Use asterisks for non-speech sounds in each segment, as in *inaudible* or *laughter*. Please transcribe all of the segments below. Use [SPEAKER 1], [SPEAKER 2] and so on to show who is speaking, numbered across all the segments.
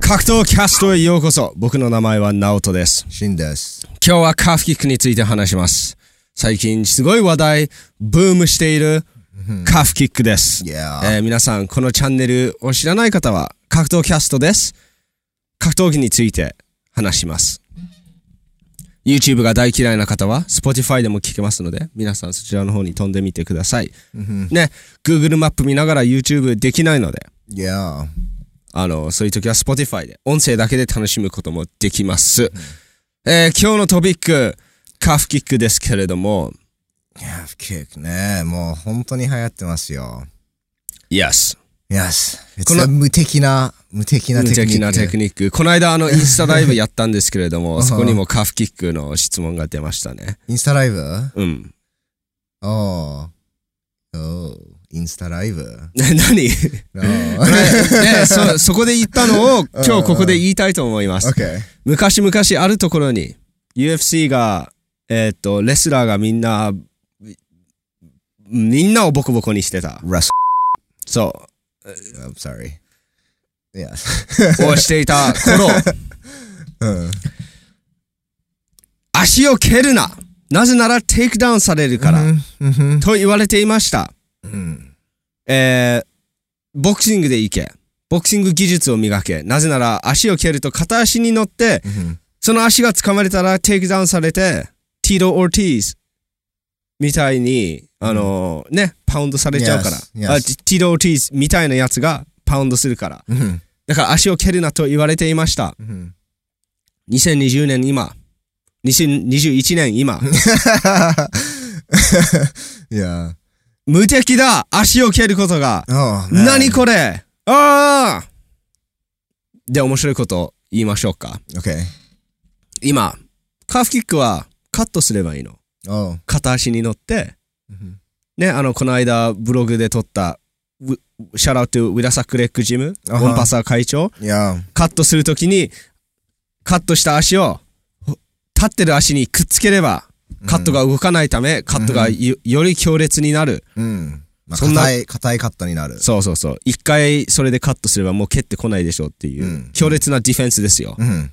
[SPEAKER 1] 格闘キャストへようこそ僕の名前はナオトです
[SPEAKER 2] シンです。
[SPEAKER 1] 今日はカフキックについて話します最近すごい話題ブームしているカフキックです、
[SPEAKER 2] Yeah.
[SPEAKER 1] えー皆さんこのチャンネルを知らない方は格闘キャストです格闘技について話します YouTube が大嫌いな方は Spotify でも聞けますので皆さんそちらの方に飛んでみてくださいね Google マップ見ながら YouTube できないので
[SPEAKER 2] Yeah.
[SPEAKER 1] あの、そういう時は Spotify で、音声だけで楽しむこともできます。えー今日のトピック、カフキックですけれども、
[SPEAKER 2] Half kick ね。もう本当に流行ってますよ。
[SPEAKER 1] Yes。
[SPEAKER 2] Yes.
[SPEAKER 1] こ
[SPEAKER 2] こ
[SPEAKER 1] の
[SPEAKER 2] の無敵な、無敵なテ
[SPEAKER 1] 無
[SPEAKER 2] クニック。
[SPEAKER 1] 敵なテクニック。この間、あ
[SPEAKER 2] *laughs*
[SPEAKER 1] の、インスタライブやったんですけれども、そこにもカフキックの質問が出ましたね。
[SPEAKER 2] インスタライブ
[SPEAKER 1] うん。 *laughs*
[SPEAKER 2] おー。おー。インスタライブ
[SPEAKER 1] ね
[SPEAKER 2] *laughs*
[SPEAKER 1] 何ね
[SPEAKER 2] おー。
[SPEAKER 1] そ、そこで言った
[SPEAKER 2] *laughs*
[SPEAKER 1] のを、今日ここで言いたいと思います。
[SPEAKER 2] OK。
[SPEAKER 1] 昔々あるところに UFC がえーっとレスラーがみんなみんなをボコボコにしてた
[SPEAKER 2] Russ-
[SPEAKER 1] そ
[SPEAKER 2] I'm sorry. Yes.
[SPEAKER 1] うをしていた頃
[SPEAKER 2] *laughs* うん。
[SPEAKER 1] 足を蹴るななぜならテイクダウンされるから、
[SPEAKER 2] うん。うん
[SPEAKER 1] と言われていました
[SPEAKER 2] うん。
[SPEAKER 1] えーボクシングでいけボクシング技術を磨けなぜなら足を蹴ると片足に乗って
[SPEAKER 2] うん
[SPEAKER 1] その足が掴まれたらテイクダウンされて、ティード・オルティーズみたいに、あのーね、パウンドされちゃうから。
[SPEAKER 2] Yes, yes.
[SPEAKER 1] あティード・オルティーズみたいなやつがパウンドするから。
[SPEAKER 2] うん。
[SPEAKER 1] だから足を蹴るなと言われていました。
[SPEAKER 2] うん。
[SPEAKER 1] 2020年今、2021年
[SPEAKER 2] *laughs*
[SPEAKER 1] 今、
[SPEAKER 2] Yeah.
[SPEAKER 1] 無敵だ足を蹴ることが
[SPEAKER 2] Oh, man.
[SPEAKER 1] 何これああで、面白いことを言いましょうか。
[SPEAKER 2] ?OK。
[SPEAKER 1] 今、カーフキックはカットすればいいの。
[SPEAKER 2] Oh.
[SPEAKER 1] 片足に乗って、
[SPEAKER 2] うん
[SPEAKER 1] ね、あの、この間、ブログで撮った、ウシャラウトゥウィラサクレックジム、オ
[SPEAKER 2] あは
[SPEAKER 1] ンパサー会長、
[SPEAKER 2] Yeah.
[SPEAKER 1] カットするときに、カットした足を、ほ立ってる足にくっつければ、カットが動かないため、カットがよより強烈になる。
[SPEAKER 2] うん。まあ、
[SPEAKER 1] そんな
[SPEAKER 2] 硬い、硬いカットになる。
[SPEAKER 1] そうそうそう。一回それでカットすればもう蹴ってこないでしょうっていう、
[SPEAKER 2] うん
[SPEAKER 1] 強烈なディフェンスですよ。
[SPEAKER 2] うん。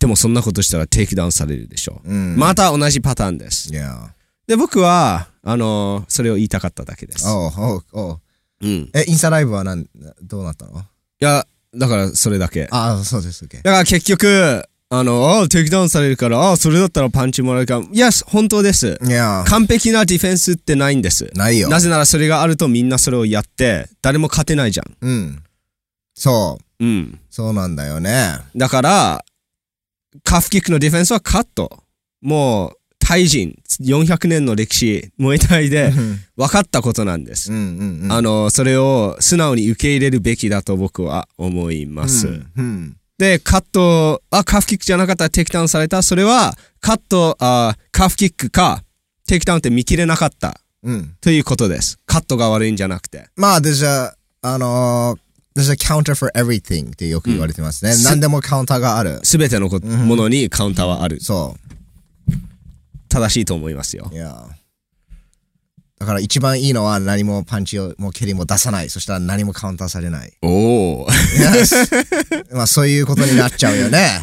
[SPEAKER 1] でもそんなことしたらテイクダウンされるでしょう。
[SPEAKER 2] うん。
[SPEAKER 1] また同じパターンです。
[SPEAKER 2] Yeah.
[SPEAKER 1] で、僕は、あのーそれを言いたかっただけです。
[SPEAKER 2] おうおうおう
[SPEAKER 1] うん。
[SPEAKER 2] え、インスタライブはなん、どうなったの
[SPEAKER 1] いや、だからそれだけ。
[SPEAKER 2] ああ、そうです、OK。
[SPEAKER 1] だから結局、あの、あテイクダウンされるから、あそれだったらパンチもらえるから、いや、本当です。
[SPEAKER 2] いや、
[SPEAKER 1] 完璧なディフェンスってないんです。
[SPEAKER 2] ないよ。
[SPEAKER 1] なぜならそれがあるとみんなそれをやって、誰も勝てないじゃん。
[SPEAKER 2] うん。そう。
[SPEAKER 1] うん。
[SPEAKER 2] そうなんだよね。
[SPEAKER 1] だから、カフキックのディフェンスはカット。もう、タイ人、400年の歴史、燃えたい
[SPEAKER 2] *laughs*
[SPEAKER 1] で
[SPEAKER 2] うん
[SPEAKER 1] 分かったことなんで
[SPEAKER 2] う
[SPEAKER 1] す。
[SPEAKER 2] んうんうん。
[SPEAKER 1] あの、それを素直に受け入れるべきだと僕は思います。
[SPEAKER 2] うんうん。
[SPEAKER 1] で、カット、あ、カフキックじゃなかったらテイクダウンされた。それは、カット、あカフキックか、テイクダウンって見切れなかった。
[SPEAKER 2] うん。
[SPEAKER 1] ということです。カットが悪いんじゃなくて。
[SPEAKER 2] まあ、there's a, あのー、there's a counter for everything ってよく言われてますね。
[SPEAKER 1] す
[SPEAKER 2] 何でもカウンターがある。
[SPEAKER 1] すべてのこものにカウンターはある。
[SPEAKER 2] そ
[SPEAKER 1] 正しいと思いますよ
[SPEAKER 2] う。い。や。だから一番いいのは何もパンチを、もう蹴りも出さない。そしたら何もカウンターされない。
[SPEAKER 1] おお。
[SPEAKER 2] *laughs* まあ、そういうことになっちゃうよね。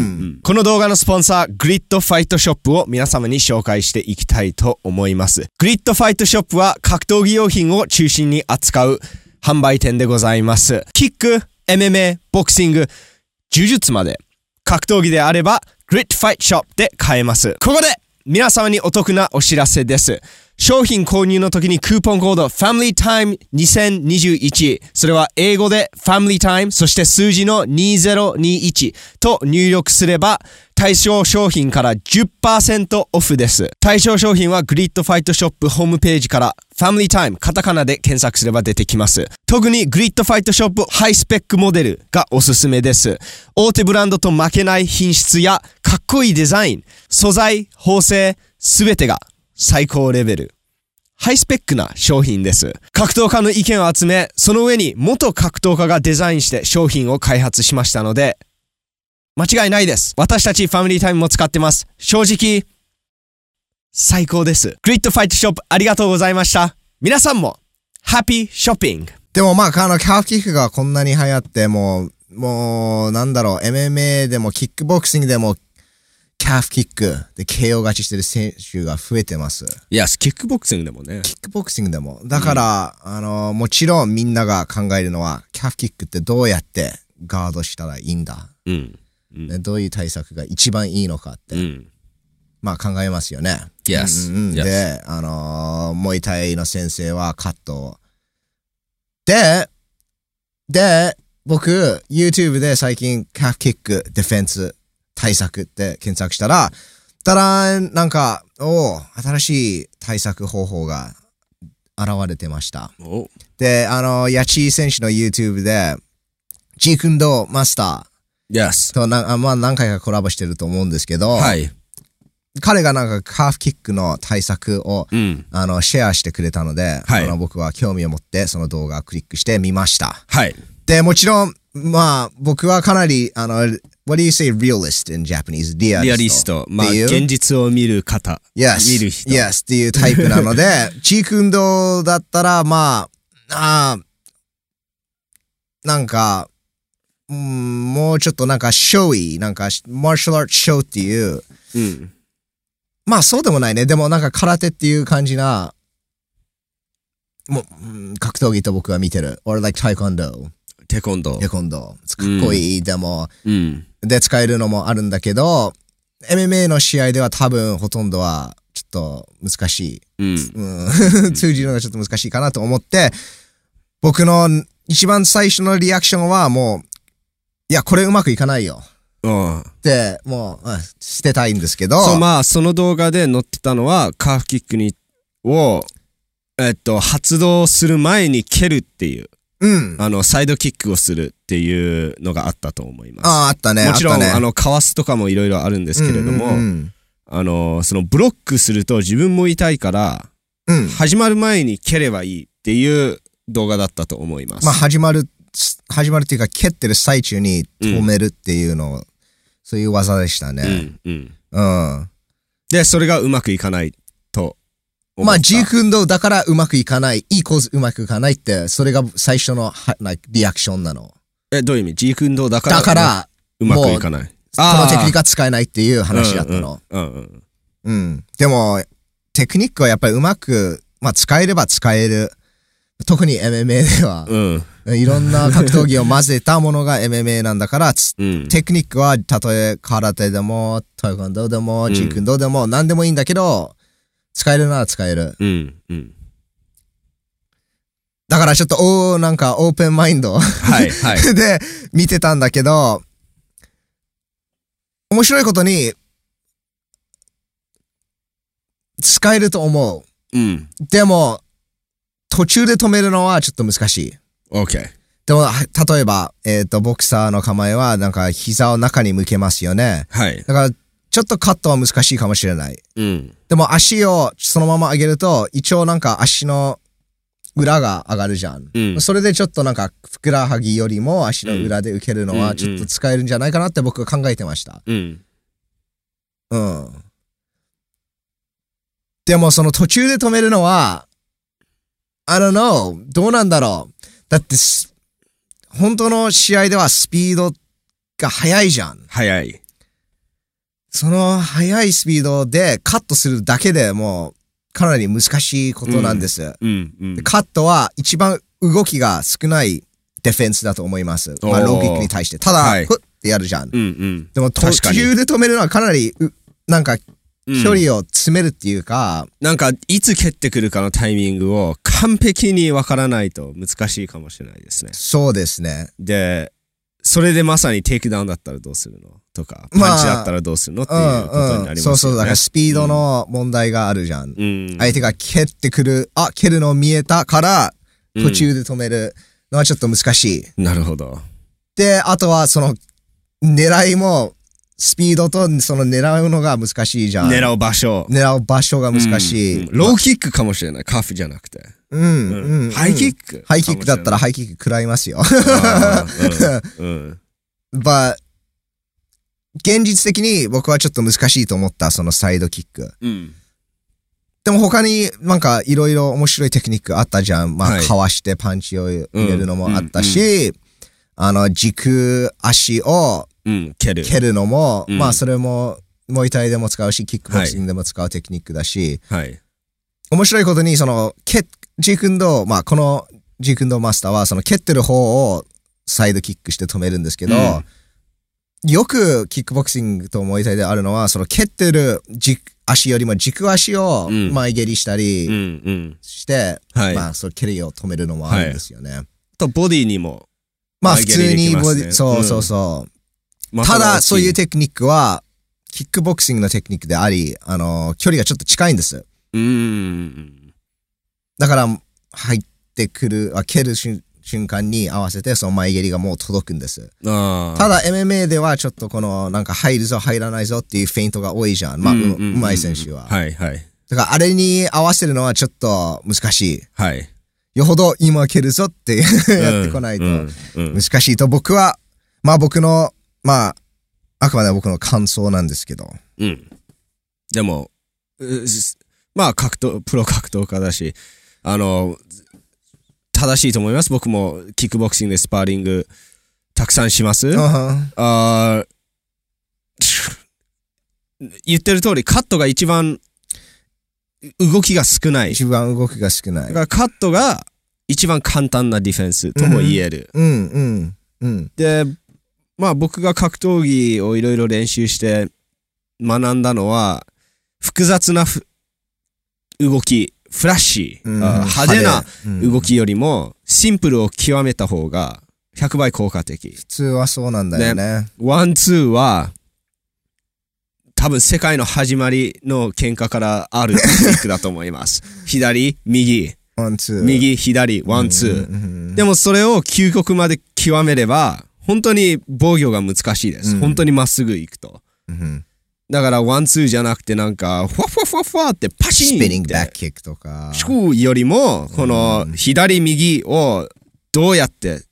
[SPEAKER 1] *laughs* この動画のスポンサー、グリッドファイトショップを皆様に紹介していきたいと思います。グリッドファイトショップは格闘技用品を中心に扱う販売店でございます。キック、MMA、ボクシング、呪術まで格闘技であれば Grit Fight Shop で買えます。ここで皆様にお得なお知らせです。商品購入の時にクーポンコード FamilyTime2021 それは英語で FamilyTime そして数字の2021と入力すれば対象商品から10%オフです。対象商品はグリッドファイトショップホームページからファミリータイム、カタカナで検索すれば出てきます。特にグリッドファイトショップハイスペックモデルがおすすめです。大手ブランドと負けない品質やかっこいいデザイン、素材、縫製、すべてが最高レベル。ハイスペックな商品です。格闘家の意見を集め、その上に元格闘家がデザインして商品を開発しましたので、間違いないです。私たちファミリータイムも使ってます。正直、最高です。グリッドファイトショップありがとうございました。皆さんも、ハッピーショッピング。
[SPEAKER 2] でもまあ、あの、カーフキックがこんなに流行って、もう、もう、なんだろう、MMA でも、キックボクシングでも、キャフキックで KO 勝ちしてる選手が増えてます。
[SPEAKER 1] いや、キックボクシングでもね。
[SPEAKER 2] キックボクシングでも。だから、あの、もちろんみんなが考えるのは、キャフキックってどうやってガードしたらいいんだ、
[SPEAKER 1] うん。
[SPEAKER 2] ねどういう対策が一番いいのかって、
[SPEAKER 1] うん。
[SPEAKER 2] まあ考えますよね。
[SPEAKER 1] Yes.
[SPEAKER 2] うんうんうん
[SPEAKER 1] Yes.
[SPEAKER 2] で、あのー、モイタイの先生はカットを。で、で、僕、YouTube で最近、カーフキック、ディフェンス、対策って検索したら、たらん、なんか、おー新しい対策方法が現れてました。
[SPEAKER 1] お
[SPEAKER 2] で、あの、ヤチー選手の YouTube で、ジークンドーマスタ
[SPEAKER 1] Yes.
[SPEAKER 2] ーとな、あまあ、何回かコラボしてると思うんですけど、
[SPEAKER 1] はい。
[SPEAKER 2] 彼がなんかカーフキックの対策を、
[SPEAKER 1] うん。
[SPEAKER 2] あの、シェアしてくれたので、
[SPEAKER 1] はい
[SPEAKER 2] あの僕は興味を持ってその動画をクリックして見ました。
[SPEAKER 1] はい。
[SPEAKER 2] で、もちろん、まあ、僕はかなり、あの、What do you say realist in Japanese? リアリスト。
[SPEAKER 1] リアリスト。まあ、
[SPEAKER 2] っていう
[SPEAKER 1] 現実を見る方。
[SPEAKER 2] Yes.
[SPEAKER 1] 見る人。
[SPEAKER 2] Yes っていうタイプなので、
[SPEAKER 1] *laughs*
[SPEAKER 2] チーク運動だったら、まあ、あーなんか、うんもうちょっとなんか、ショーイ、なんか、マーシャルアーツショーっていう、
[SPEAKER 1] うん。
[SPEAKER 2] まあそうでもないね。でもなんか空手っていう感じな、もう、うん格闘技と僕は見てる。俺 like タイコンドー、
[SPEAKER 1] テコンド
[SPEAKER 2] テ
[SPEAKER 1] ー。
[SPEAKER 2] コンドー。かっこいい、でも、
[SPEAKER 1] うん。
[SPEAKER 2] で使えるのもあるんだけど、MMA の試合では多分ほとんどはちょっと難しい。
[SPEAKER 1] うん。
[SPEAKER 2] うん *laughs* 通じるのがちょっと難しいかなと思って、僕の一番最初のリアクションはもう、いや、これうまくいかないよ。
[SPEAKER 1] うん。
[SPEAKER 2] って、もう、うん捨てたいんですけど、
[SPEAKER 1] そう、まあ、その動画で載ってたのは、カーフキックに、を、えっと、発動する前に蹴るっていう、
[SPEAKER 2] うん。あ
[SPEAKER 1] あの、サイドキックをするっていうのがあったと思います。
[SPEAKER 2] あ、あったね。
[SPEAKER 1] もちろん、あ,、
[SPEAKER 2] あったね、
[SPEAKER 1] の、かわすとかもいろいろあるんですけれども、
[SPEAKER 2] うんうん
[SPEAKER 1] あの、その、ブロックすると自分も痛いから、
[SPEAKER 2] うん、うん
[SPEAKER 1] 始まる前に蹴ればいいっていう動画だったと思います。
[SPEAKER 2] まあ、始まる、始まるっていうか、蹴ってる最中に止めるっていうのを、そういう技でした
[SPEAKER 1] う
[SPEAKER 2] ね。
[SPEAKER 1] ん、うん。
[SPEAKER 2] うん。
[SPEAKER 1] で、それがうまくいかないと思った。
[SPEAKER 2] まあ、ジーク運動だからうまくいかない、イコーズうまくいかないって、それが最初のは、like リアクションなの。
[SPEAKER 1] え、どういう意味ジーク運動だから、
[SPEAKER 2] だから、
[SPEAKER 1] うまくいかない。
[SPEAKER 2] このテクニックは使えないっていう話だったの。
[SPEAKER 1] うんうんうん
[SPEAKER 2] うん。でも、テクニックはやっぱりうまく、まあ使えれば使える。特に MMA で
[SPEAKER 1] *laughs*
[SPEAKER 2] は、
[SPEAKER 1] うん。うん。
[SPEAKER 2] いろんな格闘技を混ぜたものが MMA なんだから、つ
[SPEAKER 1] うん。
[SPEAKER 2] テクニックはたとえ空手でも、タイコンドーでも、
[SPEAKER 1] ん
[SPEAKER 2] ジークンドーでも、何でもいいんだけど、使えるなら使える。
[SPEAKER 1] うん。うん。
[SPEAKER 2] だからちょっと、おー、なんかオープンマインド *laughs*
[SPEAKER 1] はい、はい。
[SPEAKER 2] で見てたんだけど、面白いことに、使えると思う。
[SPEAKER 1] うん。
[SPEAKER 2] でも、途中で止めるのはちょっと難しい。
[SPEAKER 1] OK。
[SPEAKER 2] でも、は例えば、えっ、と、ボクサーの構えは、なんか、膝を中に向けますよね。
[SPEAKER 1] はい。
[SPEAKER 2] だから、ちょっとカットは難しいかもしれない。
[SPEAKER 1] うん。
[SPEAKER 2] でも、足をそのまま上げると、一応なんか足の裏が上がるじゃん。
[SPEAKER 1] うん。
[SPEAKER 2] それでちょっとなんか、ふくらはぎよりも足の裏で受けるの
[SPEAKER 1] う
[SPEAKER 2] は、
[SPEAKER 1] ん
[SPEAKER 2] ちょっと使えるんじゃないかなって僕は考えてました。
[SPEAKER 1] うん。
[SPEAKER 2] うん。でもその途中で止めるのは、I don't know, どうなんだろう。だってす、本当の試合ではスピードが速いじゃん。
[SPEAKER 1] 早い。
[SPEAKER 2] その速いスピードでカットするだけでもうかなり難しいことなんです。
[SPEAKER 1] うん。うん
[SPEAKER 2] で。カットは一番動きが少ないディフェンスだと思います。まあ、
[SPEAKER 1] おー
[SPEAKER 2] ロキックに対して。ただ、
[SPEAKER 1] はい
[SPEAKER 2] ふってやるじゃん。
[SPEAKER 1] うん。うん
[SPEAKER 2] でも途
[SPEAKER 1] 確かに
[SPEAKER 2] 中で止めるのはかなり、うなんか
[SPEAKER 1] うん。
[SPEAKER 2] 距離を詰めるっていうか、
[SPEAKER 1] なんか、いつ蹴ってくるかのタイミングを完璧にわからないと難しいかもしれないですね。
[SPEAKER 2] そうですね。
[SPEAKER 1] で、それでまさにテイクダウンだったらどうするのとか、
[SPEAKER 2] まあ
[SPEAKER 1] パンチだったらどうするのって
[SPEAKER 2] う
[SPEAKER 1] いうこと
[SPEAKER 2] ん
[SPEAKER 1] にな
[SPEAKER 2] う
[SPEAKER 1] ります
[SPEAKER 2] ん。
[SPEAKER 1] よね。
[SPEAKER 2] そうそう、だからスピードの問題があるじゃん。
[SPEAKER 1] うん。
[SPEAKER 2] 相手が蹴ってくる、あ、蹴るの見えたから、
[SPEAKER 1] うん
[SPEAKER 2] 途中で止めるのはちょっと難しい。
[SPEAKER 1] なるほど。
[SPEAKER 2] で、あとはその、狙いも、スピードとその狙うのが難しいじゃん。
[SPEAKER 1] 狙う場所。
[SPEAKER 2] 狙う場所が難しい。
[SPEAKER 1] うんローキックかもしれない。カフじゃなくて。
[SPEAKER 2] うん、うん、うん
[SPEAKER 1] ハイキック
[SPEAKER 2] ハイキックだったらハイキック食らいますよ。 *laughs*
[SPEAKER 1] あーうんうん。
[SPEAKER 2] but 現実的に僕はちょっと難しいと思った、そのサイドキック。
[SPEAKER 1] うん。
[SPEAKER 2] でも他になんかいろいろ面白いテクニックあったじゃん。まあ、
[SPEAKER 1] はい
[SPEAKER 2] かわしてパンチを入れるのもあったし、あの、軸足を
[SPEAKER 1] うん、蹴る。
[SPEAKER 2] 蹴るのも、
[SPEAKER 1] うん
[SPEAKER 2] まあそれも、モイタイでも使うし、キックボクシングでも使うテクニックだし、
[SPEAKER 1] はい。
[SPEAKER 2] 面白いことに、その、蹴、ジークンドー、まあこのジークンドーマスターは、その蹴ってる方をサイドキックして止めるんですけど、
[SPEAKER 1] うん
[SPEAKER 2] よくキックボクシングとモイタイであるのは、その蹴ってる軸足よりも軸足を
[SPEAKER 1] うん
[SPEAKER 2] 前蹴りした
[SPEAKER 1] うん、う
[SPEAKER 2] り
[SPEAKER 1] ん。
[SPEAKER 2] して、
[SPEAKER 1] はい。
[SPEAKER 2] まあその蹴りを止めるのもあるんですよね。
[SPEAKER 1] と、ボディにも。
[SPEAKER 2] まあ
[SPEAKER 1] 前
[SPEAKER 2] 普
[SPEAKER 1] 蹴りで
[SPEAKER 2] 通
[SPEAKER 1] き
[SPEAKER 2] に
[SPEAKER 1] ますね
[SPEAKER 2] ボディ、そうそうそう。
[SPEAKER 1] ま
[SPEAKER 2] ただ、そういう
[SPEAKER 1] 手。
[SPEAKER 2] テクニックは、キックボクシングのテクニックであり、あの、距離がちょっと近いんです。
[SPEAKER 1] うん。
[SPEAKER 2] だから、入ってくる、あ蹴る瞬瞬間に合わせて、その前蹴りがもう届くんです。
[SPEAKER 1] ああ。
[SPEAKER 2] ただ、MMA ではちょっとこの、なんか入るぞ、入らないぞっていうフェイントが多いじゃん。まあ、う
[SPEAKER 1] うん
[SPEAKER 2] う
[SPEAKER 1] うんうん
[SPEAKER 2] まい選手は。
[SPEAKER 1] はい、はい。
[SPEAKER 2] だから、あれに合わせるのはちょっと難し
[SPEAKER 1] はい。
[SPEAKER 2] い。よほど今蹴るぞってやってこないと。
[SPEAKER 1] うんうん
[SPEAKER 2] 難しいと僕は、まあ僕の、まあ、あくまで僕の感想なんですけど。
[SPEAKER 1] うん。でも、うすまあ、格闘、プロ格闘家だし、あの、正しいと思います。僕も、キックボクシングでスパーリング、たくさんします。
[SPEAKER 2] うんうん
[SPEAKER 1] あー言ってる通り、カットが一番、動きが少ない。
[SPEAKER 2] 一番動きが少な
[SPEAKER 1] だ
[SPEAKER 2] い
[SPEAKER 1] か。らカットが一番簡単なディフェンスとも言える。
[SPEAKER 2] うんうんうん
[SPEAKER 1] で、まあ僕が格闘技をいろいろ練習して学んだのは、複雑なふ動き、フラッシ
[SPEAKER 2] う
[SPEAKER 1] ー、
[SPEAKER 2] ん。
[SPEAKER 1] あー派手な
[SPEAKER 2] な
[SPEAKER 1] 動
[SPEAKER 2] き。
[SPEAKER 1] きよりも、シンプルを極めた方が100倍効果的。
[SPEAKER 2] 普通はそうなんだよね。
[SPEAKER 1] ワン、ツーは、多分世界の始まりの喧嘩からあるテクニックだと思います。 *laughs* 左、右、
[SPEAKER 2] ワン、ツー。
[SPEAKER 1] 右、左、ワン、ツー。
[SPEAKER 2] ー
[SPEAKER 1] でもそれを究極まで極めれば、本当に防御が難しいです。
[SPEAKER 2] うん
[SPEAKER 1] 本当にまっすぐ行くと。
[SPEAKER 2] も、
[SPEAKER 1] だからワンツーじゃなくてなんか、ふわふわふわふわってパシーン
[SPEAKER 2] ス
[SPEAKER 1] っ
[SPEAKER 2] ピ
[SPEAKER 1] て。
[SPEAKER 2] ニングバックキックとか。
[SPEAKER 1] シューよりも、この
[SPEAKER 2] うん
[SPEAKER 1] 左右をどうやって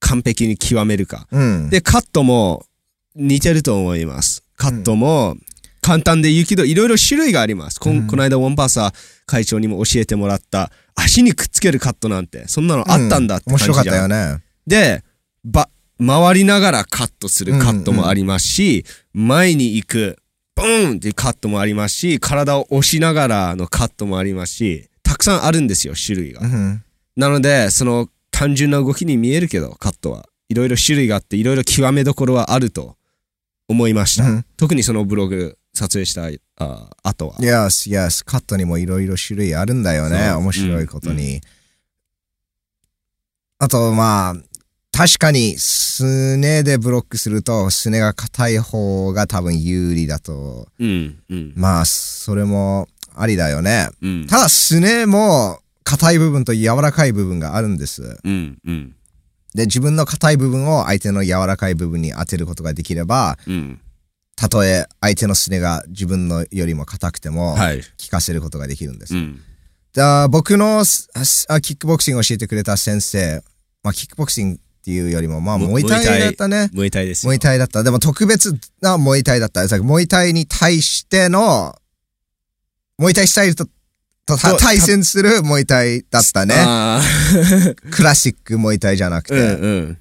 [SPEAKER 1] 完璧に極めるか。
[SPEAKER 2] うん。
[SPEAKER 1] で、カットも似てると思います。カットも簡単で言うけど、いろいろ種類があります。こ
[SPEAKER 2] うん
[SPEAKER 1] んこの間、ウォンパーサー会長にも教えてもらった、足にくっつけるカットなんて、そんなのあったんだって
[SPEAKER 2] 面
[SPEAKER 1] 感じじゃん
[SPEAKER 2] 白かったよね。
[SPEAKER 1] で、ば、回りながらカットするカットもありますし、前に行く、ボーンっていうカットもありますし、体を押しながらのカットもありますし、たくさんあるんですよ、種類が
[SPEAKER 2] う。ん
[SPEAKER 1] なので、その単純な動きに見えるけど、カットは。いろいろ種類があって、いろいろ極めどころはあると思いました。
[SPEAKER 2] うん
[SPEAKER 1] 特にそのブログ撮影したあ後は。
[SPEAKER 2] Yes, yes. カットにもいろいろ種類あるんだよね。
[SPEAKER 1] そう
[SPEAKER 2] 面白いことに。あと、まあ、確かに、すねでブロックすると、すねが硬い方が多分有利だと。
[SPEAKER 1] うん、うん、
[SPEAKER 2] まあ、それもありだよね。
[SPEAKER 1] うん、
[SPEAKER 2] ただ、すねも、硬い部分と柔らかい部分があるんです。
[SPEAKER 1] うん、うん、
[SPEAKER 2] で、自分の硬い部分を相手の柔らかい部分に当てることができれば、
[SPEAKER 1] うん。
[SPEAKER 2] たとえ相手のすねが自分のよりも硬くても、
[SPEAKER 1] はい。
[SPEAKER 2] 効かせることができるんです
[SPEAKER 1] う。 *laughs* ん、
[SPEAKER 2] だ僕のすすあキックボクシングを教えてくれた先生、まあ、キックボクシングっていうよりも、まあ、
[SPEAKER 1] も
[SPEAKER 2] モイタイだったね。
[SPEAKER 1] 燃えたいですよ。
[SPEAKER 2] モイタイだった。でも特別なモイタイだった。だからモイタイに対しての、モイタイスタイルと、と
[SPEAKER 1] そう
[SPEAKER 2] 対戦するモイタイだったね。
[SPEAKER 1] あ
[SPEAKER 2] *laughs*
[SPEAKER 1] ー
[SPEAKER 2] クラシックモイタイじゃなくて。
[SPEAKER 1] うんうん。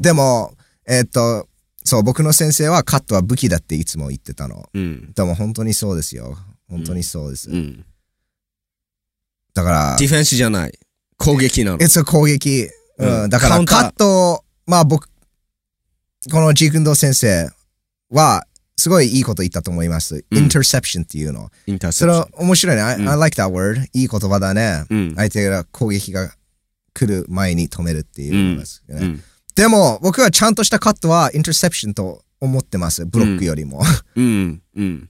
[SPEAKER 2] でも、えーっと、そう、僕の先生はカットは武器だっていつも言ってたの。
[SPEAKER 1] うん。
[SPEAKER 2] でも本当にそうですよ。本当にそうです。
[SPEAKER 1] うん。
[SPEAKER 2] だから
[SPEAKER 1] デ、ィフェンスじゃない。攻撃なの。
[SPEAKER 2] え、そう、攻撃。うん。
[SPEAKER 1] うん
[SPEAKER 2] だか
[SPEAKER 1] カウ
[SPEAKER 2] ら、
[SPEAKER 1] ンタ
[SPEAKER 2] カ
[SPEAKER 1] ー
[SPEAKER 2] ットを、まあ僕、このジークンドー先生は、すごいいいこと言ったと思います。
[SPEAKER 1] うん
[SPEAKER 2] インターセプションっていうの。
[SPEAKER 1] インターセ
[SPEAKER 2] そ
[SPEAKER 1] プ
[SPEAKER 2] れ
[SPEAKER 1] ション
[SPEAKER 2] は面白いね。I,
[SPEAKER 1] うん
[SPEAKER 2] I like that word. いい言葉だね。
[SPEAKER 1] うん。
[SPEAKER 2] 相手が攻撃が来る前に止めるっていうのですよね。
[SPEAKER 1] うん
[SPEAKER 2] でも、僕はちゃんとしたカットはインターセプションと思ってます。ブロックよりも。
[SPEAKER 1] うん。うん。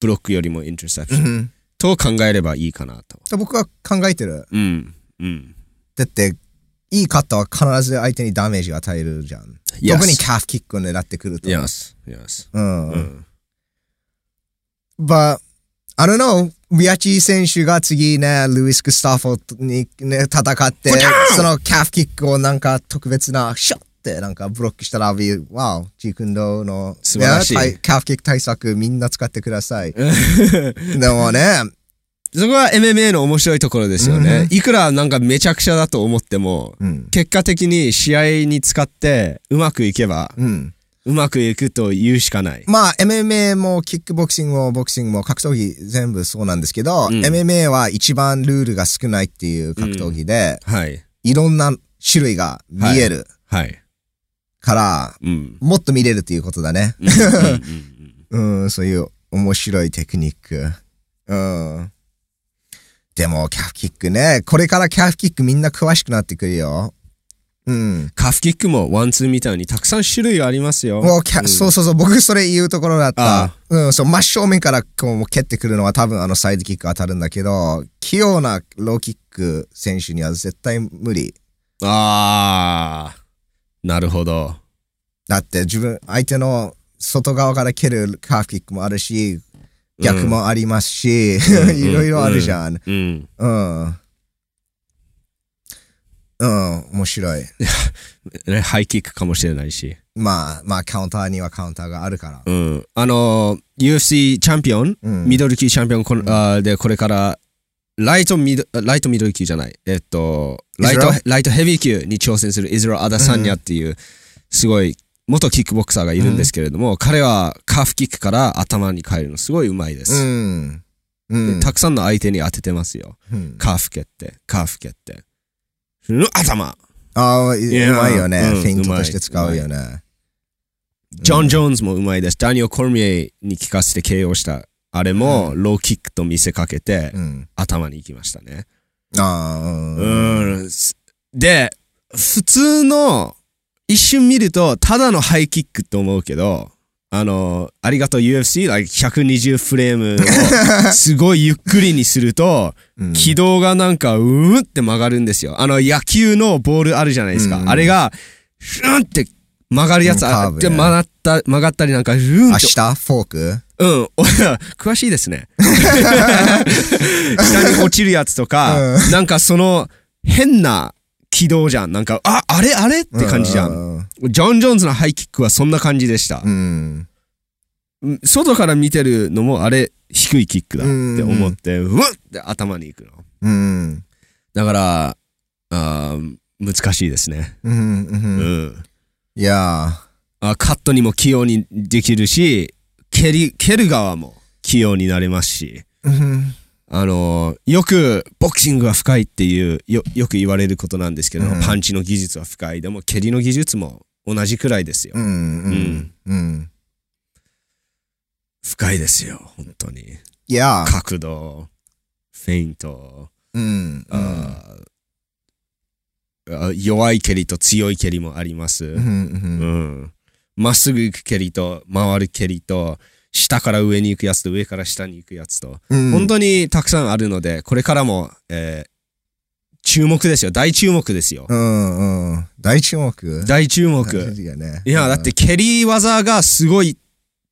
[SPEAKER 1] ブロックよりもインターセプション。
[SPEAKER 2] *laughs* ん。
[SPEAKER 1] と考えればいいかなと。
[SPEAKER 2] と僕は考えてる。
[SPEAKER 1] うん。うん。
[SPEAKER 2] だって、いいカットは必ず相手にダメージを与えるじゃん。特にカーフキックを狙ってくると。
[SPEAKER 1] Yes. Yes. *laughs*
[SPEAKER 2] うん。
[SPEAKER 1] うん。
[SPEAKER 2] But, I don't know. ビアチー選手が次ね、ルイス・グスタフォに、ね、戦って、そのキャフキックをなんか特別な、シャッってなんかブロックしたら、ビー、わお、ジークンドーの、ね、
[SPEAKER 1] 素晴らしい *laughs*
[SPEAKER 2] 対キャフキック対策みんな使ってください。でもね、
[SPEAKER 1] そこは MMA の面白いところですよね。いくらなんかめちゃくちゃだと思っても、
[SPEAKER 2] うん。
[SPEAKER 1] 結果的に試合に使ってうまくいけば、
[SPEAKER 2] うん。
[SPEAKER 1] うまくいくと言うしかない。
[SPEAKER 2] まあ、MMA もキックボクシングもボクシングも格闘技全部そうなんですけど、
[SPEAKER 1] うん
[SPEAKER 2] MMA は一番ルールが少ないっていう格闘技で、
[SPEAKER 1] はい。
[SPEAKER 2] いろんな種類が見える
[SPEAKER 1] はい。
[SPEAKER 2] から、
[SPEAKER 1] うん。
[SPEAKER 2] もっと見れるっていうことだね。
[SPEAKER 1] うんうんうん
[SPEAKER 2] うん、そういう面白いテクニック。うん。でも、キャフキックね。これからキャフキックみんな詳しくなってくるよ。うん。
[SPEAKER 1] カフキックもワンツーみたいにたくさん種類ありますよ。
[SPEAKER 2] もうキャ、そうそうそう、僕それ言うところだっ
[SPEAKER 1] あ
[SPEAKER 2] た
[SPEAKER 1] あ。
[SPEAKER 2] うん、そう、真正面からこう蹴ってくるのは多分あのサイドキック当たるんだけど、器用なローキック選手には絶対無理。
[SPEAKER 1] ああ。なるほど。
[SPEAKER 2] だって自分、相手の外側から蹴るカーフキックもあるし、逆もありますし、
[SPEAKER 1] ん
[SPEAKER 2] *laughs* いろいろあるじゃん。
[SPEAKER 1] うん。
[SPEAKER 2] うん。うん、面白い。
[SPEAKER 1] ねハイキックかもしれないし。
[SPEAKER 2] まあ、まあ、カウンターにはカウンターがあるから。
[SPEAKER 1] うん。あのー、UFC チャンピオン、
[SPEAKER 2] うん。
[SPEAKER 1] ミドル級チャンピオンこの、あーで、これから、ライトミド、ライトミドル級じゃない。えっと、ライト
[SPEAKER 2] Israel？、
[SPEAKER 1] ライトヘビー級に挑戦するイズラ・アダサンニャっていう、すごい、元キックボクサーがいるんですけれども、彼はカーフキックから頭に変えるのすごい上手いで
[SPEAKER 2] う
[SPEAKER 1] す、
[SPEAKER 2] ん。う
[SPEAKER 1] で
[SPEAKER 2] ん。
[SPEAKER 1] たくさんの相手に当ててますよ。
[SPEAKER 2] うん
[SPEAKER 1] カーフ蹴って、カーフ蹴って。うん頭
[SPEAKER 2] ああ、う
[SPEAKER 1] いや
[SPEAKER 2] まいよね。
[SPEAKER 1] うん
[SPEAKER 2] フェイン
[SPEAKER 1] う
[SPEAKER 2] ト
[SPEAKER 1] まい
[SPEAKER 2] として使うよね。
[SPEAKER 1] ジョン・ジョーンズもうまいです。ダニオ・コルミエに効かせて KO した。あれも、ローキックと見せかけて、
[SPEAKER 2] うん。
[SPEAKER 1] 頭に行きましたね。
[SPEAKER 2] ああ、うん。
[SPEAKER 1] うん。すで、普通の、一瞬見ると、ただのハイキックって思うけど、あの、ありがとう UFC、like 120フレームを、すごいゆっくりにすると、
[SPEAKER 2] うん
[SPEAKER 1] 軌道がなんか、うーんって曲がるんですよ。あの、野球のボールあるじゃないですか。
[SPEAKER 2] うんうん
[SPEAKER 1] あれが、シューンって曲がるやつ
[SPEAKER 2] うん
[SPEAKER 1] あ
[SPEAKER 2] カーブ
[SPEAKER 1] って
[SPEAKER 2] ね
[SPEAKER 1] 曲がった、曲がったりなんか、うーん
[SPEAKER 2] 明
[SPEAKER 1] って。
[SPEAKER 2] 日フォーク
[SPEAKER 1] うん。 *laughs* お詳しいです *laughs* ね。下に落ちるやつとか、なんかその、変な軌道じゃん。なんか、あ、あれあれって感じじゃん。
[SPEAKER 2] ん。
[SPEAKER 1] ジョン・ジョーンズのハイキックはそんな感じでした
[SPEAKER 2] う。ん。
[SPEAKER 1] うん外から見てるのも、あれ、低いキックだって思って、うわっって頭に行くの。
[SPEAKER 2] うん。
[SPEAKER 1] だから、あー難しいですね。
[SPEAKER 2] うん。うん
[SPEAKER 1] う
[SPEAKER 2] うん
[SPEAKER 1] ん。
[SPEAKER 2] いや
[SPEAKER 1] あカットにも器用にできるし、蹴り、蹴る側も器用になれますし、
[SPEAKER 2] ーうん。
[SPEAKER 1] あのーよくボクシングは深いっていう、よ、よく言われることなんですけど、
[SPEAKER 2] うん
[SPEAKER 1] パンチの技術は深い。でも、蹴りの技術も同じくらいですよ。
[SPEAKER 2] うん。うん。うん。
[SPEAKER 1] 深いですよ、本当に。
[SPEAKER 2] いやー
[SPEAKER 1] 角度、フェイント、
[SPEAKER 2] うん。うん
[SPEAKER 1] あーあ弱い蹴りと強い蹴りもあります。
[SPEAKER 2] うんうん
[SPEAKER 1] う。ん。まっすぐ行く蹴りと、回る蹴りと、下から上に行くやつと、上から下に行くやつと、
[SPEAKER 2] うん
[SPEAKER 1] 本当にたくさんあるので、これからも、えー注目ですよ。大注目ですよ。
[SPEAKER 2] うんうん。大注目
[SPEAKER 1] 大注目。
[SPEAKER 2] 大事だよね
[SPEAKER 1] いや、だって、蹴り技がすごいっ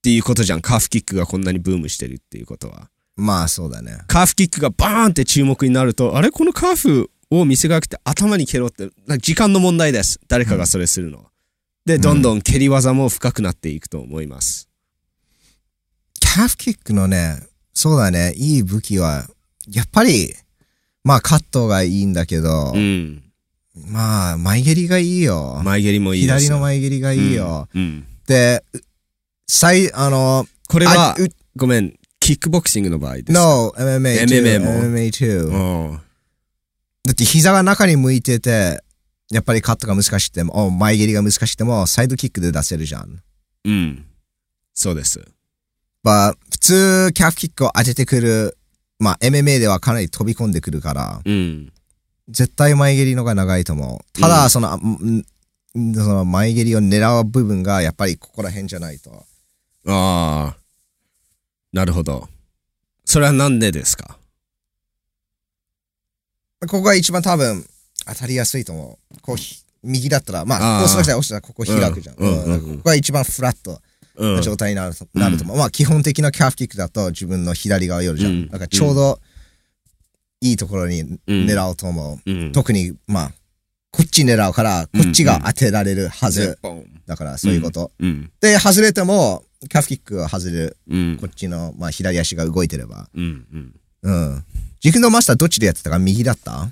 [SPEAKER 1] ていうことじゃん。カーフキックがこんなにブームしてるっていうことは。
[SPEAKER 2] うんまあそうだね。
[SPEAKER 1] カーフキックがバーンって注目になると、あれこのカーフを見せかけて頭に蹴ろうって、なんか時間の問題です。誰かがそれするのは。で、どんどん蹴り技も深くなっていくと思います。
[SPEAKER 2] キャフキックのね、そうだね、いい武器は、やっぱり、まあカットがいいんだけど、
[SPEAKER 1] うん。
[SPEAKER 2] まあ前蹴りがいいよ。
[SPEAKER 1] 前蹴りもいいです。
[SPEAKER 2] 左の前蹴りがいいよ。
[SPEAKER 1] うん。うん。
[SPEAKER 2] で、う最、あの、
[SPEAKER 1] これは
[SPEAKER 2] あ、う
[SPEAKER 1] ごめん、キックボクシングの場合です。
[SPEAKER 2] No, MMA2。
[SPEAKER 1] MMA も
[SPEAKER 2] MMA2。
[SPEAKER 1] うん。
[SPEAKER 2] だって膝が中に向いてて、やっぱりカットが難しくても、お前蹴りが難しくても、サイドキックで出せるじゃん。
[SPEAKER 1] うん。そうです。
[SPEAKER 2] まあ、普通、キャフキックを当ててくる、まあ MMA ではかなり飛び込んでくるから、
[SPEAKER 1] うん。
[SPEAKER 2] 絶対前蹴りの方が長いと思う。た
[SPEAKER 1] う
[SPEAKER 2] だ、その、あんんその前蹴りを狙う部分が、やっぱりここら辺じゃないと。
[SPEAKER 1] ああ。なるほど。それはなんでですか
[SPEAKER 2] ここが一番多分、当たりやすいと思う。こうひ、右だったら、
[SPEAKER 1] あ
[SPEAKER 2] ま
[SPEAKER 1] ー
[SPEAKER 2] あ、こうするとしたら、ここ開くじゃん。
[SPEAKER 1] うんうんうん
[SPEAKER 2] うんここが一番フラット
[SPEAKER 1] う。
[SPEAKER 2] なん状態になると,、なると思う。まあ、基本的なキャフキックだと、自分の左側よりじゃん。
[SPEAKER 1] うん
[SPEAKER 2] だから、ちょうど、いいところに
[SPEAKER 1] うん
[SPEAKER 2] 狙うと思う。
[SPEAKER 1] うん。
[SPEAKER 2] 特に、まあ、こっち狙うから、こっちが当てられるはず。
[SPEAKER 1] でポン
[SPEAKER 2] だから、そういうこと。
[SPEAKER 1] うん。
[SPEAKER 2] で、外れても、キャフキックが外れる。
[SPEAKER 1] うん。
[SPEAKER 2] こっちの、まあ、左足が動いてれば。
[SPEAKER 1] うん。うん。
[SPEAKER 2] うん。自分のマスターどっちでやってたか右だった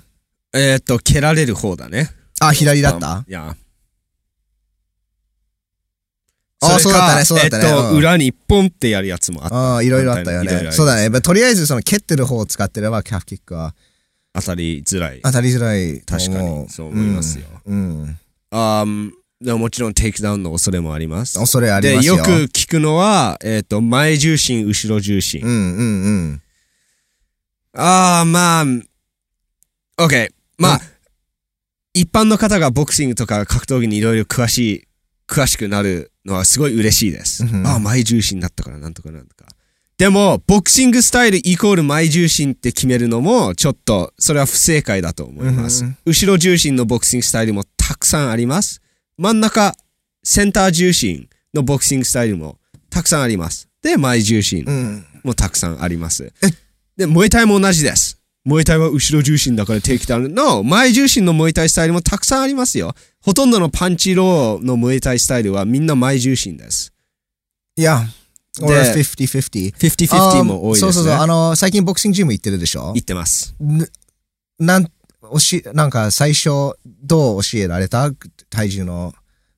[SPEAKER 1] えー、っと、蹴られる方だね。
[SPEAKER 2] あ、左だった
[SPEAKER 1] いや。
[SPEAKER 2] あ
[SPEAKER 1] れ
[SPEAKER 2] そう
[SPEAKER 1] か
[SPEAKER 2] だったねそうだったね
[SPEAKER 1] えっと、
[SPEAKER 2] うん
[SPEAKER 1] 裏にポンってやるやつもあ
[SPEAKER 2] ああ、いろいろあったよ
[SPEAKER 1] いろいろありま
[SPEAKER 2] ね。
[SPEAKER 1] す
[SPEAKER 2] そうだね。まあとりあえず、その蹴ってる方を使ってれば、キャフキックは
[SPEAKER 1] 当たりづらい。
[SPEAKER 2] 当たりづらいと
[SPEAKER 1] 確
[SPEAKER 2] 思う。
[SPEAKER 1] かに、そう思いますよ。
[SPEAKER 2] うん。うん。
[SPEAKER 1] あーでももちろんテイクダウンの恐れもあります。
[SPEAKER 2] 恐れあり
[SPEAKER 1] で、
[SPEAKER 2] ますよ。
[SPEAKER 1] よく。聞くのは、えっ、と、前重心、後ろ重心。
[SPEAKER 2] うんうんうん。
[SPEAKER 1] ああ、まあ、OK。まあ、
[SPEAKER 2] うん
[SPEAKER 1] 一般の方がボクシングとか格闘技にいろいろ詳しい、詳しくなるのはすごい嬉しいです。
[SPEAKER 2] うん
[SPEAKER 1] ああ、前重心だったからなんとかなんとか。でも、ボクシングスタイルイコール前重心って決めるのも、ちょっと、それは不正解だと思います。
[SPEAKER 2] うん
[SPEAKER 1] 後ろ重心のボクシングスタイルもたくさんあります。真ん中、センター重心のボクシングスタイルもたくさんあります。で、前重心
[SPEAKER 2] うん。
[SPEAKER 1] もたくさんあります。で、燃えたいも同じです。燃えたいは後ろ重心だから定期ダウンの前重心の燃えたいスタイルもたくさんありますよ。ほとんどのパンチローの燃えたいスタイルはみんな前重心です。
[SPEAKER 2] いや、俺は
[SPEAKER 1] で
[SPEAKER 2] 50-50。
[SPEAKER 1] 50-50も多いですね。
[SPEAKER 2] あーそうそうそう。あの、最近ボクシングジム行ってるでしょ
[SPEAKER 1] 言ってます。
[SPEAKER 2] ぬなん、おし、なんか最初、どう教えられた体重の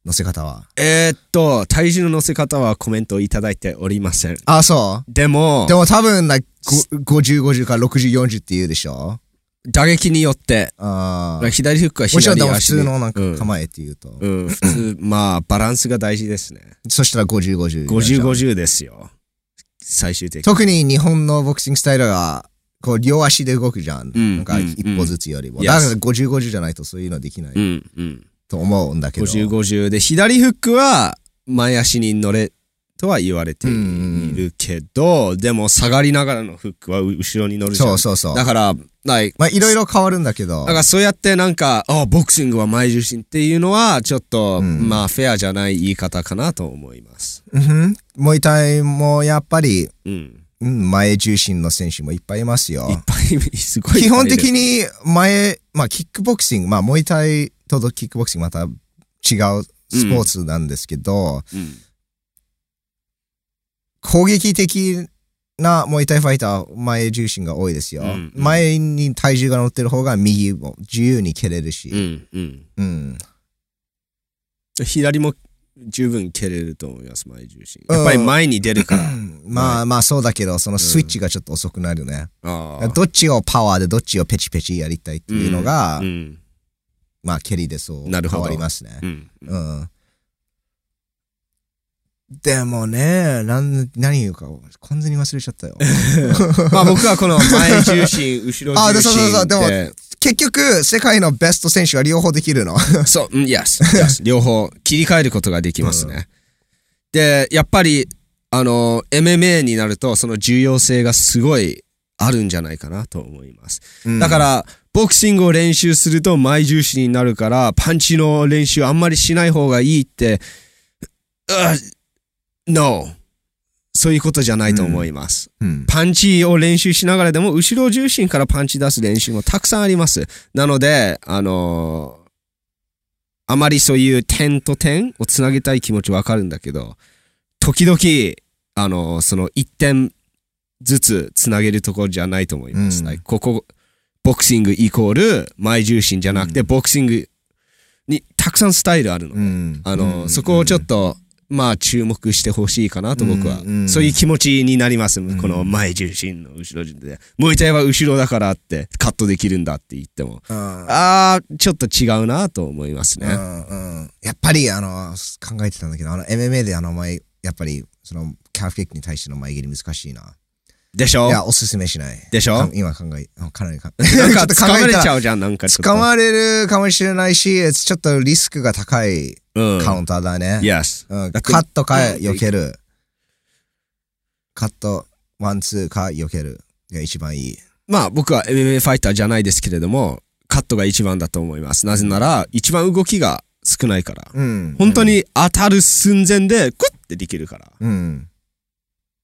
[SPEAKER 2] 乗せ方は。
[SPEAKER 1] えーっと、体重の乗せ方はコメントいただいておりません。
[SPEAKER 2] あ、そう。
[SPEAKER 1] でも
[SPEAKER 2] で、も多分、like、ご50、50から60、40って言うでしょ
[SPEAKER 1] 打撃によって、
[SPEAKER 2] ああ。
[SPEAKER 1] 左フックは
[SPEAKER 2] もちろん、
[SPEAKER 1] 左
[SPEAKER 2] でも普
[SPEAKER 1] 足に
[SPEAKER 2] 通のなん
[SPEAKER 1] うん
[SPEAKER 2] か構えって言うと。
[SPEAKER 1] うん、普通、まあ、バランスが大事
[SPEAKER 2] *laughs*
[SPEAKER 1] ですね。
[SPEAKER 2] そしたら50、50。
[SPEAKER 1] 50、。50ですよ。最終的に。
[SPEAKER 2] 特に日本のボクシングスタイルは、こう、両足で動くじゃん。
[SPEAKER 1] うん
[SPEAKER 2] なんか、
[SPEAKER 1] うん
[SPEAKER 2] 一歩ずつよりも。
[SPEAKER 1] うん
[SPEAKER 2] だから50、50じゃないとそういうのできない
[SPEAKER 1] うん、うん。
[SPEAKER 2] と思うんだけど。
[SPEAKER 1] 5050で左フックは前足に乗れとは言われているけど、でも下がりながらのフックは後ろに乗るじゃん
[SPEAKER 2] そうそうそう
[SPEAKER 1] だ。からない
[SPEAKER 2] まあ、いろいろ変わるんだけど
[SPEAKER 1] だか。らそうやってなんかあボクシングは前重心っていうのはちょっと、
[SPEAKER 2] うん
[SPEAKER 1] まあフェアじゃない言い方かなと思います
[SPEAKER 2] うんふん。もう一体もやっぱり、
[SPEAKER 1] うん
[SPEAKER 2] うん、前重心の選手もいっぱいいますよ
[SPEAKER 1] いっ。ぱいすごい
[SPEAKER 2] 基本
[SPEAKER 1] に
[SPEAKER 2] 的に前、まあ、キックボクシング、まあ、モイタイとキックボクシングまた違うスポーツなんですけど、攻撃的なモイタイファイター、前重心が多いですよ。
[SPEAKER 1] うん
[SPEAKER 2] 前に体重が乗ってる方が右も自由に蹴れる
[SPEAKER 1] う
[SPEAKER 2] し、
[SPEAKER 1] んうん
[SPEAKER 2] うん。
[SPEAKER 1] 左も十分蹴れると思います前重心やっぱり前に出るから、
[SPEAKER 2] ま
[SPEAKER 1] は
[SPEAKER 2] あまあそうだけど、そのスイッチがちょっと遅くなるね。
[SPEAKER 1] あ
[SPEAKER 2] どっちをパワーでどっちをペチペチやりたいっていうのが、
[SPEAKER 1] あうん
[SPEAKER 2] まあ蹴りでそう
[SPEAKER 1] なるほ
[SPEAKER 2] 変
[SPEAKER 1] ど
[SPEAKER 2] わりますね
[SPEAKER 1] う。ん
[SPEAKER 2] うん。でもね、なん、何言うか、完全に忘れちゃったよ。 *laughs*
[SPEAKER 1] まあ僕はこの前重心、後ろ重心って。
[SPEAKER 2] あそうそうそうでも結局、世界のベスト選手は両方できるの。
[SPEAKER 1] *laughs* そう、うん、yes, yes 両方切り替えることができますね。で、やっぱり、あの、MMA になると、その重要性がすごいあるんじゃないかなと思います。だか、ら、ボクシングを練習すると前重視になるから、パンチの練習あんまりしない方がいいって、うっ no! そういうことじゃないと思います。
[SPEAKER 2] うん。
[SPEAKER 1] パンチを練習しながらでも、後ろ重心からパンチ出す練習もたくさんあります。なので、あのーあまりそういう点と点をつなげたい気持ちわかるんだけど、時々、あのーその一点ずつつなげるところじゃないと思います。
[SPEAKER 2] うん
[SPEAKER 1] Like ここ、ボクシングイコール前重心じゃなくて、ボクシングにたくさんスタイルあるの。
[SPEAKER 2] うん
[SPEAKER 1] あの、そこをちょ
[SPEAKER 2] と、
[SPEAKER 1] っと、まあ、注目してほしいかなと僕は、
[SPEAKER 2] うんうん
[SPEAKER 1] そういう気持ちになります。
[SPEAKER 2] ん
[SPEAKER 1] この前重心の後ろ重心で。もう一体は後ろだからって、カットできるんだって言っても。
[SPEAKER 2] うん
[SPEAKER 1] あー、ちょっと違うなと思います
[SPEAKER 2] う
[SPEAKER 1] ね。
[SPEAKER 2] んうんやっぱり、あの、考えてたんだけど、あの、MMA であの、前、やっぱり、その、キャフキックに対しての前蹴り難しいな。
[SPEAKER 1] でしょ
[SPEAKER 2] いや、おすすめしない。
[SPEAKER 1] でしょ
[SPEAKER 2] か今考え、かなりか、
[SPEAKER 1] *laughs* なん
[SPEAKER 2] ちょ
[SPEAKER 1] か、
[SPEAKER 2] っと
[SPEAKER 1] 捕
[SPEAKER 2] 考
[SPEAKER 1] ま
[SPEAKER 2] え
[SPEAKER 1] れち
[SPEAKER 2] たら
[SPEAKER 1] ゃうじゃん、なんかちょっと。
[SPEAKER 2] 捕まれるかもしれないし、ちょっとリスクが高い
[SPEAKER 1] うん。
[SPEAKER 2] カウンターだね。
[SPEAKER 1] Yes。
[SPEAKER 2] うん、
[SPEAKER 1] だって
[SPEAKER 2] カットか
[SPEAKER 1] うん
[SPEAKER 2] 避ける。カット、ワン、ツーか避ける。が一番いい。
[SPEAKER 1] まあ、僕は MMA ファイターじゃないですけれども、カットが一番だと思います。なぜなら、一番動きが少ないから。
[SPEAKER 2] うん
[SPEAKER 1] 本当。に当たる寸前で、クッてできるから。
[SPEAKER 2] うん。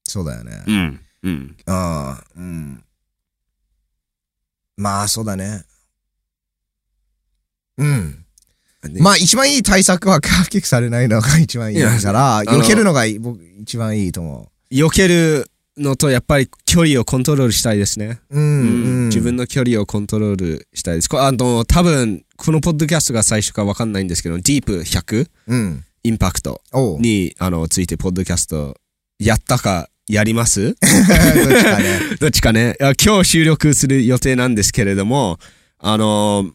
[SPEAKER 2] そうだよね。
[SPEAKER 1] ん。うん。
[SPEAKER 2] ああ、うん。まあ、そうだね。うん。まあ、一番いい対策は、カーキックされないのが一番いい *laughs*
[SPEAKER 1] いや
[SPEAKER 2] から、
[SPEAKER 1] の
[SPEAKER 2] 避けるのがいい僕一番いいと思
[SPEAKER 1] 避けるのと、やっぱり距離をコントロールしたいですね。
[SPEAKER 2] うんうん
[SPEAKER 1] 自分の距離をコントロールしたいです。これあの、多分、このポッドキャストが最初かわかんないんですけど、ディープ100
[SPEAKER 2] うん
[SPEAKER 1] インパクト
[SPEAKER 2] おう *laughs* どっ
[SPEAKER 1] に、あの、ついてポッドキャストやったか、やります
[SPEAKER 2] ちか *laughs* ね
[SPEAKER 1] どっちかね。あ今日収録する予定なんですけれども、あの、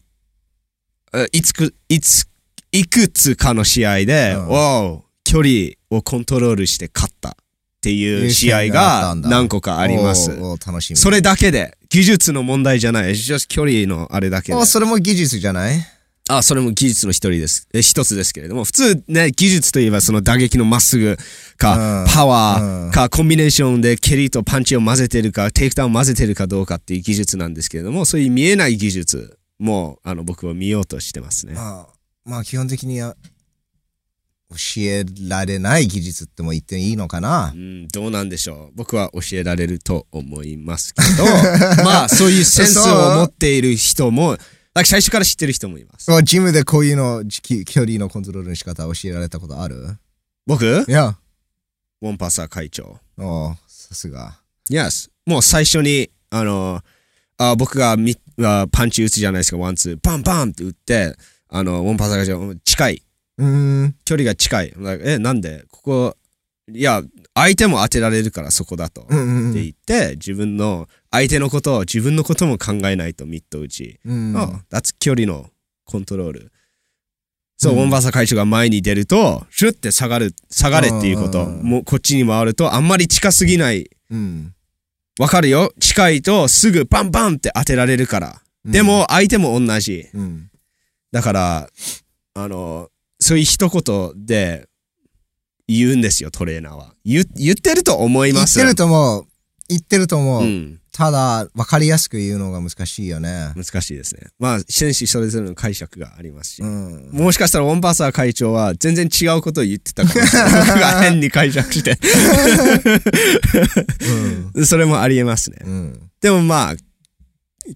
[SPEAKER 1] あいつく、いつ、いくつかの試合で、
[SPEAKER 2] うん
[SPEAKER 1] わお距離をコントロールして勝ったっていう試合が何個かあります。
[SPEAKER 2] おうおう楽しみ
[SPEAKER 1] それだけで、技術の問題じゃない、just 距離のあれだけで
[SPEAKER 2] お。それも技術じゃない
[SPEAKER 1] あ、それも技術の一人です。え一つですけれども、普通ね、技術といえばその打撃のまっすぐか、
[SPEAKER 2] うん
[SPEAKER 1] パワ
[SPEAKER 2] う
[SPEAKER 1] ー
[SPEAKER 2] ん
[SPEAKER 1] か、コンビネーションで蹴りとパンチを混ぜてるか、テイクダウンを混ぜてるかどうかっていう技術なんですけれども、そういう見えない技術も、あの、僕は見ようとしてますね。
[SPEAKER 2] まあまあ基本的には教えられない技術っても言っていいのかな
[SPEAKER 1] うん、どうなんでしょう。僕は教えられると思いますけ
[SPEAKER 2] *laughs*
[SPEAKER 1] ど、まあ、そういうセンスを持っている人も、なんか最初から知ってる人もいます。
[SPEAKER 2] そうジムでこういうのき距離のコントロールの仕方教えられたことある
[SPEAKER 1] 僕
[SPEAKER 2] いや
[SPEAKER 1] ウォンパサー会長。
[SPEAKER 2] おうさすが
[SPEAKER 1] Yes。もう最初に、あの、あ僕がみあパンチ打つじゃないですか、ワンツー、バンバンって打って、あの、ウォンパサー会長、近い。
[SPEAKER 2] うーん
[SPEAKER 1] 距離が近い。なんかえ、なんでここ、いや、相手も当てられるから、そこだと。
[SPEAKER 2] うんうん
[SPEAKER 1] って言って、自分の、相手のことを、自分のことも考えないと、ミット打ち。
[SPEAKER 2] うんうん
[SPEAKER 1] あ、that's 距離のコントロール。そう、
[SPEAKER 2] うん
[SPEAKER 1] ウォンバサ会長が前に出ると、シュッて下がる、下がれっていうこと。
[SPEAKER 2] うん
[SPEAKER 1] もうこっちに回ると、あんまり近すぎない
[SPEAKER 2] うん
[SPEAKER 1] わかるよ。近いとすぐバンバンって当てられるから。
[SPEAKER 2] うん
[SPEAKER 1] でも相手も同じ。
[SPEAKER 2] うん
[SPEAKER 1] だから、あの、そういう一言で言うんですよ、トレーナーは。言言ってると思い
[SPEAKER 2] 言
[SPEAKER 1] ま
[SPEAKER 2] っ
[SPEAKER 1] す。
[SPEAKER 2] てると思う言ってると思う、
[SPEAKER 1] うん。
[SPEAKER 2] ただ分かりやすく言うのが難しいよね
[SPEAKER 1] 難しいですね。まあ、選手それぞれの解釈がありますし。
[SPEAKER 2] うん
[SPEAKER 1] もしかしたら、ウォンバーサー会長は全然違うことを言ってたから、僕が変に解釈
[SPEAKER 2] *laughs*
[SPEAKER 1] して。
[SPEAKER 2] うん
[SPEAKER 1] それもありえますね。
[SPEAKER 2] うん
[SPEAKER 1] でもまあ、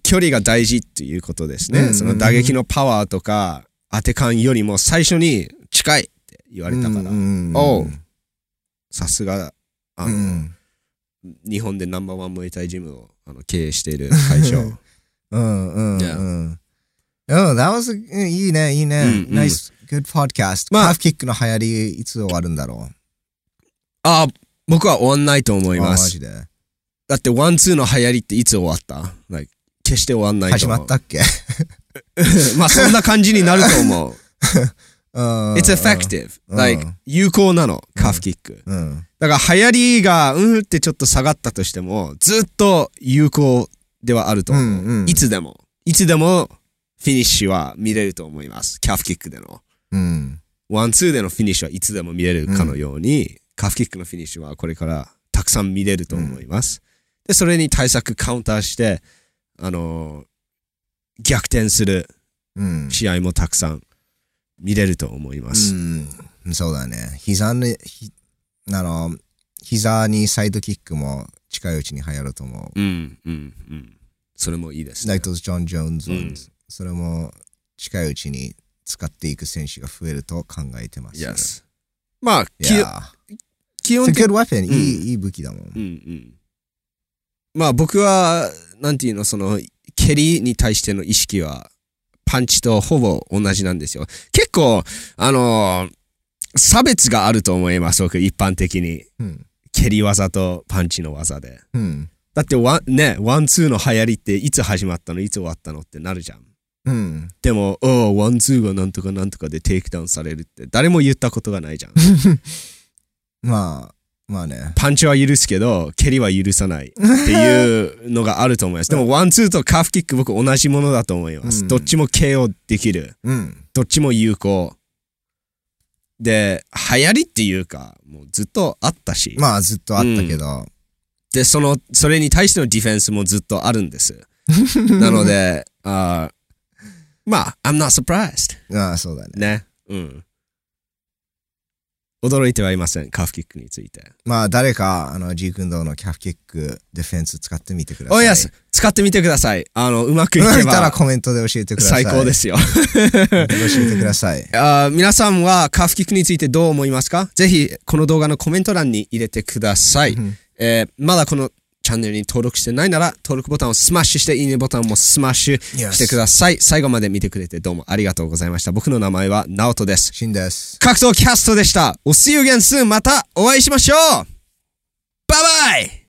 [SPEAKER 1] 距離が大事っていうことですね。
[SPEAKER 2] うんうんうん
[SPEAKER 1] その打撃のパワーとか、当て感よりも最初に近いって言われたから、
[SPEAKER 2] うん
[SPEAKER 1] おうさすが、あ
[SPEAKER 2] う
[SPEAKER 1] の、
[SPEAKER 2] ん
[SPEAKER 1] 日本でナンバーワンムエタイジムをあの経営している会社。
[SPEAKER 2] うんうんうん。
[SPEAKER 1] Yeah.
[SPEAKER 2] うん、that was a- うんいいね、いいね。
[SPEAKER 1] うんうん
[SPEAKER 2] nice, good podcast.
[SPEAKER 1] まあ
[SPEAKER 2] カーフキックの流行り、いつ終わるんだろ
[SPEAKER 1] ああ、僕は終わんないと思
[SPEAKER 2] う
[SPEAKER 1] い
[SPEAKER 2] あマ
[SPEAKER 1] ま
[SPEAKER 2] ジ
[SPEAKER 1] す。
[SPEAKER 2] で。
[SPEAKER 1] だって、ワンツーの流行りっていつ終わった like 決して終わんないと
[SPEAKER 2] 始
[SPEAKER 1] 思う。
[SPEAKER 2] まったっけ
[SPEAKER 1] *laughs* まあ、そんな感じになる
[SPEAKER 2] *laughs*
[SPEAKER 1] と思う。
[SPEAKER 2] うん。
[SPEAKER 1] It's effective.
[SPEAKER 2] うん
[SPEAKER 1] like, 有効なの、カーフキック。
[SPEAKER 2] うん。
[SPEAKER 1] だから流行りがうんってちょっと下がったとしてもずっと有効ではあると思う、
[SPEAKER 2] うんうん
[SPEAKER 1] いつでもいつでもフィニッシュは見れると思いますキャフキックでの
[SPEAKER 2] うん。
[SPEAKER 1] ワンツーでのフィニッシュはいつでも見れるかのように、カーフキックのフィニッシュはこれからたくさん見れると思います、でそれに対策カウンターしてあのー逆転する
[SPEAKER 2] うん。
[SPEAKER 1] 試合もたくさん見れると思います、
[SPEAKER 2] うん。そうだね。膝に、ひあの、膝にサイドキックも近いうちに流行ると思う。
[SPEAKER 1] うん、うんうんそれもいいです
[SPEAKER 2] ナ
[SPEAKER 1] ね
[SPEAKER 2] イトズ・ジョン・ジョーンズ、
[SPEAKER 1] うん
[SPEAKER 2] それも近いうちに使っていく選手が増えると考えてます。
[SPEAKER 1] Yes まあ、き
[SPEAKER 2] Yeah.
[SPEAKER 1] 基本
[SPEAKER 2] It's a
[SPEAKER 1] 的
[SPEAKER 2] good weapon. いい、
[SPEAKER 1] うん
[SPEAKER 2] いい武器だもん
[SPEAKER 1] う。んうん。まあ僕は、なんていうの、その、蹴りに対しての意識は、パンチとほぼ同じなんですよ。結構、あのー差別があると思います、僕、一般的に。
[SPEAKER 2] うん。
[SPEAKER 1] 蹴り技とパンチの技で。
[SPEAKER 2] うん。
[SPEAKER 1] だってワン、ね、ワンツーの流行りって、いつ始まったの、いつ終わったのってなるじゃん。
[SPEAKER 2] うん。
[SPEAKER 1] でも、おうワンツーがなんとかなんとかでテイクダウンされるって、誰も言ったことがないじゃん。
[SPEAKER 2] まあ、まあね。
[SPEAKER 1] パンチは許すけど、蹴りは許さないっていうのがあると思います。でも、ワンツーとカーフキック僕同じものだと思います。
[SPEAKER 2] うん
[SPEAKER 1] どっちも KO できる。
[SPEAKER 2] うん。
[SPEAKER 1] どっちも有効。で、流行りっていうか、もうずっとあったし。
[SPEAKER 2] まあ、ずっとあったけど。
[SPEAKER 1] で、その、それに対してのディフェンスもずっとあるん *laughs* です。なので、あーまあ、I'm not surprised.
[SPEAKER 2] ああ、そうだね。
[SPEAKER 1] ね。うん。驚いてはいません、カーフキックについて。
[SPEAKER 2] まあ、誰か、あの、ジークンドーのキャフキック、ディフェンス使ってみてください。
[SPEAKER 1] おやす、使ってみてください。あの、 *laughs* うまくいけ
[SPEAKER 2] うんいたら
[SPEAKER 1] ば
[SPEAKER 2] コメントで教えてください。。
[SPEAKER 1] 最高ですすよ。
[SPEAKER 2] 教えてください。
[SPEAKER 1] あー皆さんはカーフキックについてどう思いますかぜひこの動画のコメント欄に入れてください。
[SPEAKER 2] うん
[SPEAKER 1] ええーまだこのチャンネルに登録してないなら、登録ボタンをスマッシュして、いいねボタンもスマッシュしてください。最後まで見てくれてどうもありがとうございました。僕の名前は、ナオトです。
[SPEAKER 2] シンです。
[SPEAKER 1] 格闘キャストでした。お see you again soon. またお会いしましょうバイバイ